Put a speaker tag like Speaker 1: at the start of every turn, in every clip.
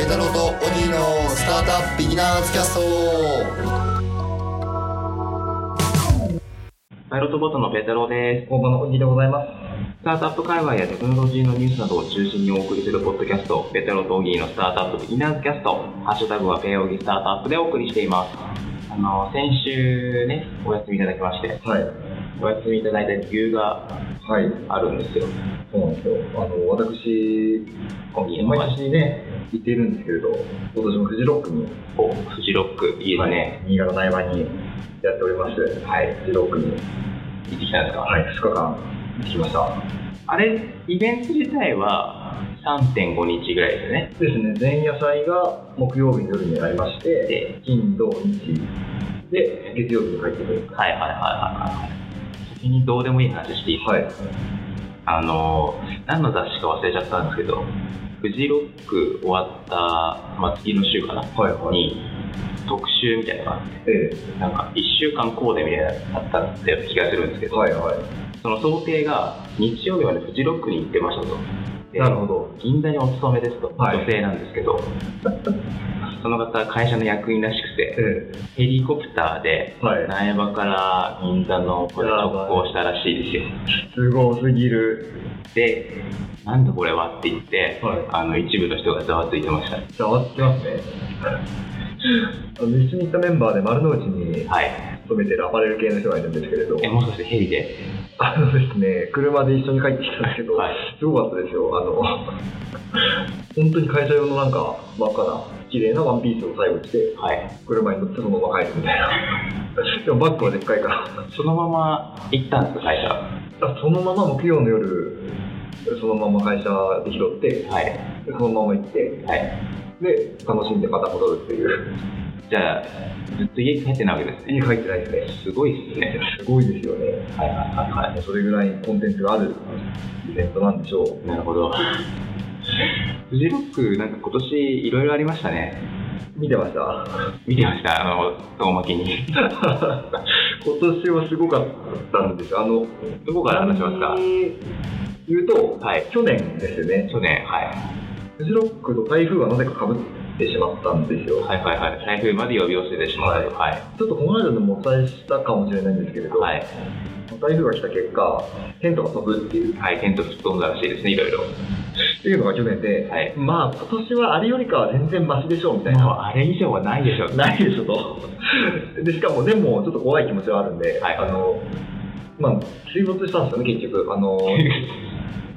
Speaker 1: イ太郎とオギーのスタートアップビギナーズキャスト
Speaker 2: パイロットボットのペータローです。
Speaker 3: 工場の小木でございます。
Speaker 2: スタートアップ界隈やテクノロジーのニュースなどを中心にお送りするポッドキャスト、ペータローとオギーのスタートアップビギナーズキャスト、ハッシュタグはペイオギスタートアップでお送りしています。あの、先週ね、お休みいただきまして、
Speaker 3: はい。
Speaker 2: お休みいただいた理由が
Speaker 3: はい。
Speaker 2: あるんですよ。
Speaker 3: そうなんですよ。あの、私、
Speaker 2: オギーの
Speaker 3: 毎
Speaker 2: 前
Speaker 3: 年ね、行っているんですけれど、今年もフジロックに、
Speaker 2: おフジロック、いいですね。
Speaker 3: 新潟苗場にやっておりまして、はい。フジロックに、
Speaker 2: 行ってきたんですか
Speaker 3: はい、2日間行ってきました。
Speaker 2: あれ、イベント自体は3.5日ぐらいですね。
Speaker 3: ですね、前夜祭が木曜日の夜にありまして、
Speaker 2: で、
Speaker 3: 金、土、日、で、月曜日に帰ってくる。
Speaker 2: はいはいはいはいはい。先にどうでもいい話していいですか
Speaker 3: はい。
Speaker 2: あの何の雑誌か忘れちゃったんですけどフジロック終わった、まあ、次の週かな
Speaker 3: はい、はい。
Speaker 2: に特集みたいなのがあっ
Speaker 3: え
Speaker 2: てなんか1週間コーデみたいなのがあったって気がするんですけ
Speaker 3: え。
Speaker 2: ど、
Speaker 3: はい、はい。
Speaker 2: その想定が日曜日までフジロックに行ってましたとで
Speaker 3: なるほど。
Speaker 2: 銀座にお勤めですと、
Speaker 3: はい
Speaker 2: 女性なんですけど その方会社の役員らしくて
Speaker 3: え
Speaker 2: ヘリコプターで
Speaker 3: え。はい。
Speaker 2: 苗場から銀座のこれ直行したらしいですよ
Speaker 3: すごすぎる。
Speaker 2: でなんだこれはって言って
Speaker 3: はい。
Speaker 2: あの一部の人がざわついてました。
Speaker 3: じゃあ、終わってますね。 あの一緒に行ったメンバーで丸の内に
Speaker 2: はい。
Speaker 3: 勤めてるアパレル系の人がいるんですけれど、
Speaker 2: え、もしかしてヘリで。
Speaker 3: あのですね、車で一緒に帰ってきたんですけど、
Speaker 2: はい。
Speaker 3: すごかったですよ、あの、本当に会社用のなんか真っ赤な、綺麗なワンピースを最後着て、
Speaker 2: はい。
Speaker 3: 車に乗ってそのまま帰るみたいな。でもバッグはでっかいから、
Speaker 2: そのまま行ったんですか、会社。は
Speaker 3: そのまま木曜の夜、そのまま会社で拾って、で
Speaker 2: い。
Speaker 3: そのまま行って、
Speaker 2: はい。
Speaker 3: で、楽しんでまた戻るっていう、
Speaker 2: じゃあ、ずっと家に帰ってないわけですね。
Speaker 3: 家に帰ってないですね。
Speaker 2: すごいですね。
Speaker 3: すごいですよね。
Speaker 2: はいはいはいは
Speaker 3: それぐらいコンテンツがあるイベントなんでしょう。
Speaker 2: い。なるほど。フジロック、なんか今年いろいろありましたね。
Speaker 3: 見てました。 今
Speaker 2: 見てました、あの、遠巻きに。
Speaker 3: 年はすごかったんですよ。あの、
Speaker 2: どこから話しますか
Speaker 3: 言うと、
Speaker 2: はい。
Speaker 3: 去年ですよね。
Speaker 2: 去年、はい。
Speaker 3: フジロックと台風がなぜか被ってしまったんですよ。
Speaker 2: はいはいはい。台風まで呼び寄せてしまったと。はい。
Speaker 3: ちょっとこの間でもお伝えしたかもしれないんですけれど、
Speaker 2: はい。
Speaker 3: 台風が来た結果、テントが飛ぶっていう
Speaker 2: はい。テント吹っ飛んだらしいですね、いろいろ。
Speaker 3: っていうのが去年で、
Speaker 2: はい
Speaker 3: まあ今年はあれよりかは全然マシでしょうみたいな。
Speaker 2: あれ以上はないでしょう
Speaker 3: ないでしょと。 で、しかも、でも、ちょっと怖い気持ちはあるんで、
Speaker 2: はい
Speaker 3: あの、まあ、水没したんですよね、結局。あの、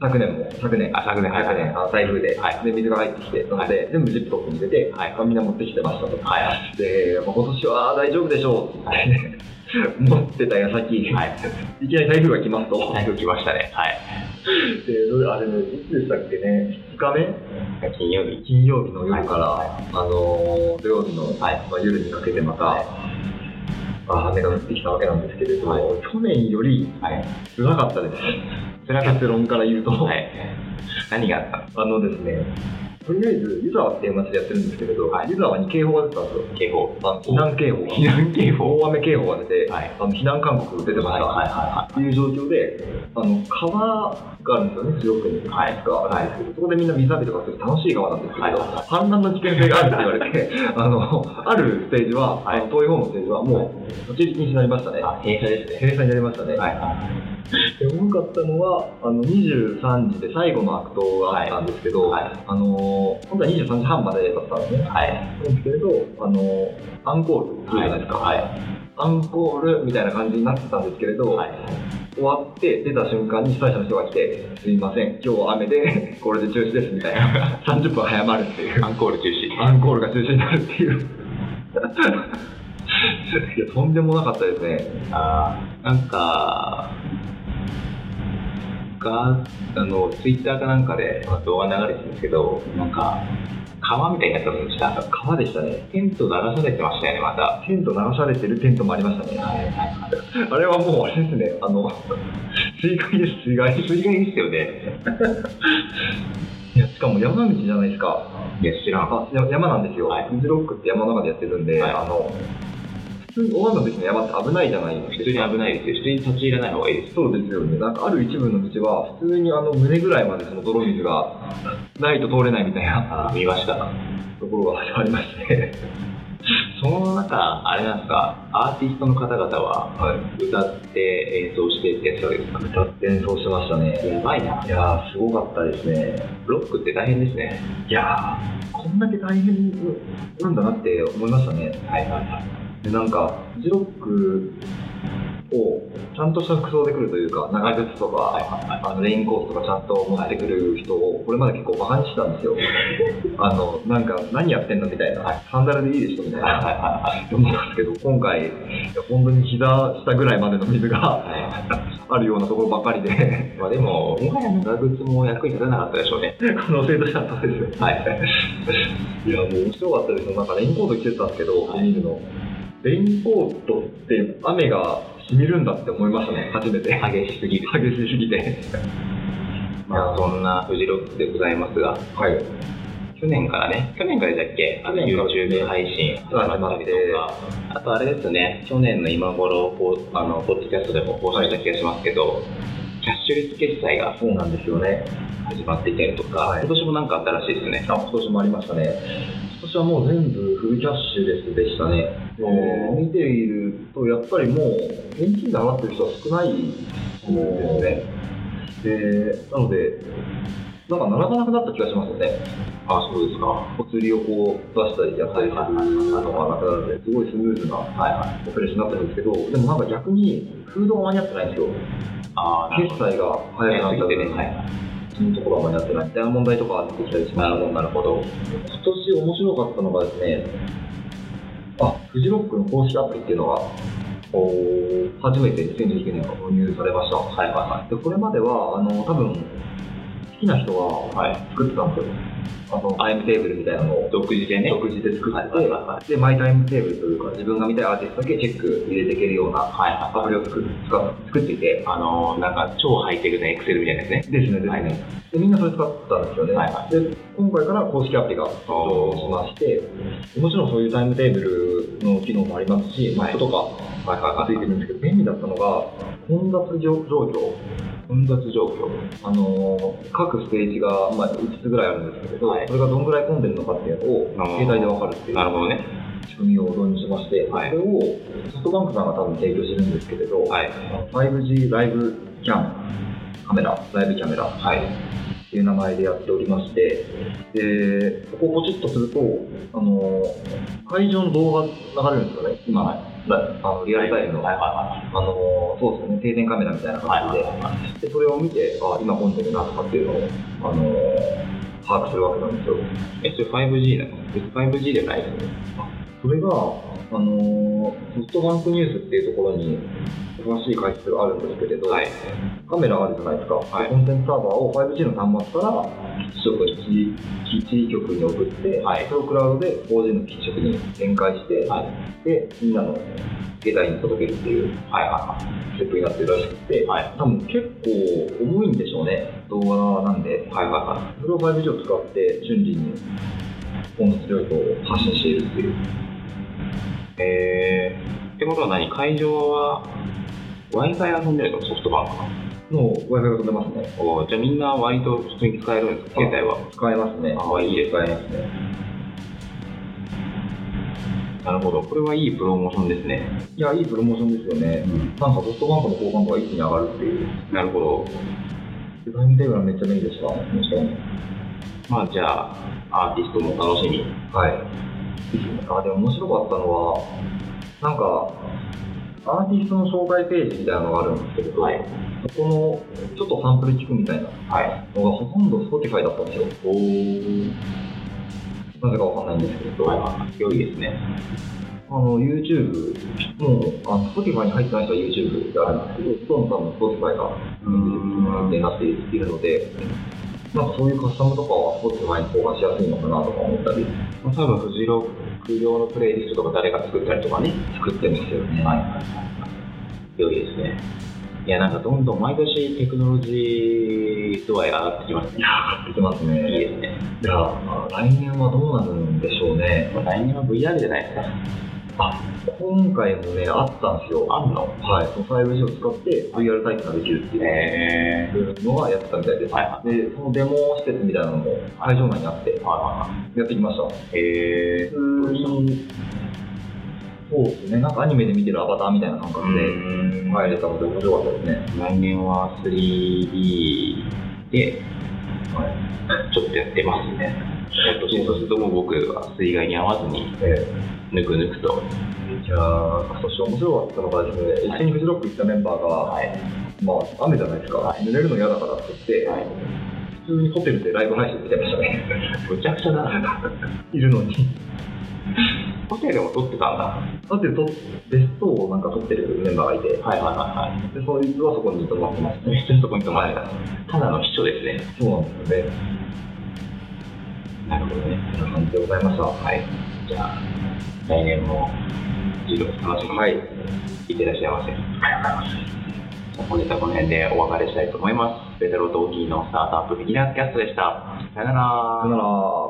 Speaker 3: 昨年も、昨年、
Speaker 2: あ、昨年、はい、
Speaker 3: 昨
Speaker 2: 昨
Speaker 3: 年、
Speaker 2: 年。
Speaker 3: あ台風で、
Speaker 2: はい
Speaker 3: で、水が入ってきて、なので、全部ジップロックに入れて、
Speaker 2: はい
Speaker 3: まあみんな持ってきてましたと。
Speaker 2: はい。
Speaker 3: で、まあ、今年は大丈夫でしょうって、
Speaker 2: は
Speaker 3: 持ってた矢先、、
Speaker 2: はい い。
Speaker 3: きなり台風が来ますと。
Speaker 2: 台風来ましたね。はい。
Speaker 3: で、それあれ、いつでしたっけね、2日目
Speaker 2: 金曜日。
Speaker 3: 金曜日の夜から、
Speaker 2: はい
Speaker 3: あのー土曜日の、
Speaker 2: はい
Speaker 3: まあ、夜にかけてまた、
Speaker 2: はい
Speaker 3: あー雨が降ってきたわけなんですけれど、
Speaker 2: はい
Speaker 3: 去年より
Speaker 2: はい。
Speaker 3: 辛かったです。
Speaker 2: 辛かっ
Speaker 3: 結論から言うと、
Speaker 2: た。はい。何があった
Speaker 3: あのですね、とりあえず湯沢っていう町でやってるんですけれど、
Speaker 2: はい
Speaker 3: 湯沢に警報が出てたんですよ。
Speaker 2: の警報。
Speaker 3: あの避難警報
Speaker 2: 避難警報。
Speaker 3: 大雨警報が出て、
Speaker 2: はい。
Speaker 3: あの避難勧告出てました。
Speaker 2: はいは
Speaker 3: っていう状況で、あの川があるんですよね、強くに。
Speaker 2: はい
Speaker 3: があるんですけど、そこでみんな水浴びとかする楽しい川なんですけど、
Speaker 2: はい
Speaker 3: 氾濫の危険性があるって言われて、あの、あるステージは、
Speaker 2: はい
Speaker 3: あの遠い方のステージは、もう、立ち入り禁止になりましたね
Speaker 2: い。はい。あ、閉鎖ですね。
Speaker 3: 閉鎖になりましたね。
Speaker 2: はいは
Speaker 3: で、多かったのは、あの、23時で最後の悪党があったんですけど、
Speaker 2: はいはい
Speaker 3: あの、本当は23時半までだったんですね。
Speaker 2: い。はい。
Speaker 3: なんですけれど、あの、アンコールするじゃないですか。
Speaker 2: はい。
Speaker 3: アンコールみたいな感じになってたんですけれど、
Speaker 2: はい。
Speaker 3: 終わって出た瞬間に被災者の人が来て「すいません今日は雨で これで中止です」みた いな30分早まるっていう
Speaker 2: アンコール中止。
Speaker 3: アンコールが中止になるっていういやとんでもなかったですね
Speaker 2: あーなんか、が、あの、ツイッターかなんかで動画流れてるんですけど、なんか、川みたいになってませんでした。
Speaker 3: 川でしたね
Speaker 2: テント流されてましたよね、また。
Speaker 3: テント流されてるテントもありましたね
Speaker 2: はいはい。
Speaker 3: あれはもうあれですねあの水害です水害
Speaker 2: 水害ですよね。
Speaker 3: いやしかも山道じゃないですか
Speaker 2: いや、知らん。
Speaker 3: あや山なんですよ、
Speaker 2: はい
Speaker 3: フジロックって山の中でやってるんで、
Speaker 2: はい
Speaker 3: あの普普通に大雨の時の山って危ないじゃないです
Speaker 2: 普通に危ないですよ。普通に立ち入らない方がいいです。
Speaker 3: そうですよね。なんかある一部の道は、普通にあの胸ぐらいまでその泥水がないと通れないみたいな
Speaker 2: あー見ました。
Speaker 3: ところがありまして。
Speaker 2: その中、あれなんですか、アーティストの方々は
Speaker 3: はい。
Speaker 2: 歌って演奏してってやつわけですかね。
Speaker 3: 歌って演奏しましたね。
Speaker 2: やばいな。
Speaker 3: いやー、すごかったですね。
Speaker 2: ロックって大変ですね。
Speaker 3: いやー、こんだけ大変なんだなって思いましたね。
Speaker 2: はいはいはい。
Speaker 3: でなんかフジロックをちゃんとした服装で来るというか長靴とか、あのレインコートとかちゃんと持ってくる人をこれまで結構バカにしてたんで すよあのなんか何やってんだみたいな、サンダルでいいでしょみたい
Speaker 2: はいは
Speaker 3: な思ったんですけど今回いや本当に膝下ぐらいまでの水が
Speaker 2: いは
Speaker 3: あるようなところばかりで
Speaker 2: い。まあでも、もはや長靴も役に立たなかったでしょうね。
Speaker 3: 可能性としてはそうですよ
Speaker 2: はい。
Speaker 3: いや、もう面白かったですよ。なんかレインコート着てたんですけど、
Speaker 2: はい
Speaker 3: ビニールの。レインコートって雨が染みるんだって思いましたね、初めて。
Speaker 2: 激しすぎる。
Speaker 3: 激しすぎて。
Speaker 2: まあそんなフジロックでございますが、
Speaker 3: はい。
Speaker 2: 去年からね、去年からでしたっけ、あの
Speaker 3: 去年からですね
Speaker 2: YouTube 配信始まったりとか、あとあれですね、去年の今頃、ポあのポッドキャストでも放送した気がしますけど、キャッシュレス決済が
Speaker 3: そうなんですよね。
Speaker 2: 始まっていたりとか、
Speaker 3: はい
Speaker 2: 今年もなんか新しいですね。
Speaker 3: あ、今年もありましたね。今年はもう全部フルキャッシュレスでしたね。
Speaker 2: へー
Speaker 3: 見ていると、やっぱりもう、現金で払ってる人は少ないですね。で、なので、なんか並ばなくなった気がしますよね。
Speaker 2: あ、そうですか。は
Speaker 3: お釣りをこう出したりやったりするのがなくなって、すごいスムーズない
Speaker 2: はい。
Speaker 3: オペレーションになったんですけど、でもなんか逆に、フードが間に合ってないんですよ。
Speaker 2: あーなる
Speaker 3: 決
Speaker 2: ほど。
Speaker 3: 済が早くなった
Speaker 2: 早すぎて
Speaker 3: 分、
Speaker 2: ね。はい。
Speaker 3: そのところが間に合ってないみたいな問題とか出てきたりします。
Speaker 2: ど、なるほど。
Speaker 3: 今年面白かったのがですね、あ、フジロックの公式アプリっていうのが、おー初めて2019年から導入されました。
Speaker 2: はいは
Speaker 3: で、これまでは、あの、多分、好きな人
Speaker 2: い
Speaker 3: が
Speaker 2: はい。はい。
Speaker 3: 作ってたんですよ。あの、タイムテーブルみたいなのを
Speaker 2: 独自でね。
Speaker 3: 独自で作って、
Speaker 2: はいはいは
Speaker 3: で、マイタイムテーブルというか、自分が見たいアーティストだけチェック入れていけるような
Speaker 2: はいはい
Speaker 3: アプリを作っ使っ作っていて、
Speaker 2: あのーなんか超ハイテクなエクセルみたいなやつね。
Speaker 3: ですね、ですね。
Speaker 2: はい
Speaker 3: で、みんなそれ使ってたんですよね。
Speaker 2: はいは
Speaker 3: で、今回から公式アプリが登場しまして、もちろんそういうタイムテーブルの機能もありますし、マ
Speaker 2: はい
Speaker 3: ップとか、
Speaker 2: はい
Speaker 3: がついてるんですけど、便利だったのが、混雑状況。
Speaker 2: 混雑状況。
Speaker 3: あのー各ステージが、まあ、5つぐらいあるんですけど、
Speaker 2: はい
Speaker 3: それがどんぐらい混んでるのかっていうの
Speaker 2: あ
Speaker 3: を
Speaker 2: ー
Speaker 3: 携帯でわかるっていう
Speaker 2: なるほどね。
Speaker 3: 仕組みを導入しまして、
Speaker 2: はい
Speaker 3: それをソフトバンクさんが多分提供してるんですけれど、
Speaker 2: はい。
Speaker 3: 5G ライブキャンカメラ、ライブキャメラ
Speaker 2: はい。
Speaker 3: っていう名前でやっておりまして、で、ここをポチッとすると、あの、会場の動画流れるんですよね、今、だあのリアルタイムの、
Speaker 2: はい
Speaker 3: あ
Speaker 2: は
Speaker 3: の、そうですよね、定点カメラみたいない
Speaker 2: はい。
Speaker 3: 感
Speaker 2: は
Speaker 3: じ
Speaker 2: い
Speaker 3: で、
Speaker 2: はいはい。
Speaker 3: でそれを見て、あ、今混んでるなとかっていうのを、あの、把握するわけなんですよ。
Speaker 2: え、それ 5G なの別に ?5G ではないですよね。
Speaker 3: それが、あの、ソフトバンクニュースっていうところに、詳しい解説があるんですけれど、
Speaker 2: はい。
Speaker 3: カメラあるじゃないですか、
Speaker 2: はい
Speaker 3: コンテンツサーバーを 5G の端末から基地局に基地局に送って、
Speaker 2: はい
Speaker 3: それをクラウドで 4G の基地局に展開して、
Speaker 2: はい。
Speaker 3: でみんなの携帯に届けるっていう
Speaker 2: はいは
Speaker 3: ステップになってるらしくて、
Speaker 2: いはい。はい。
Speaker 3: 多分結構重いんでしょうね動画なんで
Speaker 2: はいは
Speaker 3: それを 5G を使って瞬時に音質情報を発信しているっていう
Speaker 2: いはい。えー、ってことは何会場は Wi-Fi 遊んでるのソフトバンクの。
Speaker 3: のを Wi-Fi が飛んでますね
Speaker 2: おーじゃあみんな割と普通に使えるんですか携帯は。
Speaker 3: 使えますね
Speaker 2: あいいですね
Speaker 3: 使えますね
Speaker 2: なるほど。これはいいプロモーションですね。
Speaker 3: いやいいプロモーションですよね、なんかソフトバンクの好感度が一気に上がるっていう
Speaker 2: なるほど。
Speaker 3: デザインテーブルはめっちゃ便利でした。もちろん。
Speaker 2: まあじゃあ、アーティストも楽しみ。
Speaker 3: はい。あ、でも面白かったのは、なんか、アーティストの紹介ページみたいなのがあるんですけれど、
Speaker 2: はい
Speaker 3: そこの、ちょっとサンプル聞くみたいなのが
Speaker 2: はい。
Speaker 3: ほとんど Spotify だったんですよ。
Speaker 2: おー。
Speaker 3: なぜかわかんないんですけれど、
Speaker 2: はいはい。良いですね。
Speaker 3: あの、YouTube、もう、あの Spotify に入ってない人は YouTube であるんですけど、ほとんど多分 Spotify が
Speaker 2: うん
Speaker 3: 認定になっているので、なんかそういうカスタムとかは Spotify に交換しやすいのかなとか思ったり、
Speaker 2: まあ多分、フジロック用のプレイリストとか誰か作ったりとかね。
Speaker 3: 作ってるんですよね。
Speaker 2: はい。良いですね。いや、なんかどんどん毎年テクノロジー度合いが上がってきますね。
Speaker 3: 出てますね。
Speaker 2: いいですね。
Speaker 3: じゃあ、来年はどうなるんでしょうね。
Speaker 2: まあ来年は VR じゃないですか。
Speaker 3: 今回もね、あったんですよ。
Speaker 2: あんの
Speaker 3: はい。その 5G を使って VR 体験ができるっていう
Speaker 2: え
Speaker 3: のはやってたみたいです。
Speaker 2: はいは
Speaker 3: で、そのデモ施設みたいなのも会場内にあって
Speaker 2: ー、は
Speaker 3: やってきました。
Speaker 2: いはいはい。え
Speaker 3: 普通に、そうですね、なんかアニメで見てるアバターみたいな感覚で
Speaker 2: ー、
Speaker 3: 入れたので面白かったですね。
Speaker 2: 来年は 3D で、
Speaker 3: はい。
Speaker 2: ちょっとやってますね。えっと、新卒とも僕は水害に合わずに、
Speaker 3: え
Speaker 2: ぬくぬくと。
Speaker 3: ー、いやー、そして面白かったのがですね、一緒にフジロック行ったメンバーが、
Speaker 2: はい。
Speaker 3: まあ、雨じゃないですか、濡れるの嫌だからって言って、
Speaker 2: はい。
Speaker 3: 普通にホテルでライブ配信してましたね。
Speaker 2: むちゃくちゃだな。
Speaker 3: いるのに。
Speaker 2: ホテルも撮ってたんだ。は
Speaker 3: ホテルとベストをなんか撮ってるメンバーがいて、で
Speaker 2: いはいはいは、
Speaker 3: そいつはそこに泊まってまし
Speaker 2: い。
Speaker 3: た
Speaker 2: め
Speaker 3: ね。
Speaker 2: っちゃそこに泊まれた。ただの秘書ですね。
Speaker 3: そうなんですよね。
Speaker 2: なるほどね。
Speaker 3: そんな感じでございました。
Speaker 2: はい。じゃあ、来年も、授業楽しみに、
Speaker 3: はい、
Speaker 2: いってらっしゃいませ。じゃあ本日はこの辺でお別れしたいと思います。ベテロとオギーのスタートアップビギナーズキャストでした。さよなら
Speaker 3: さよなら。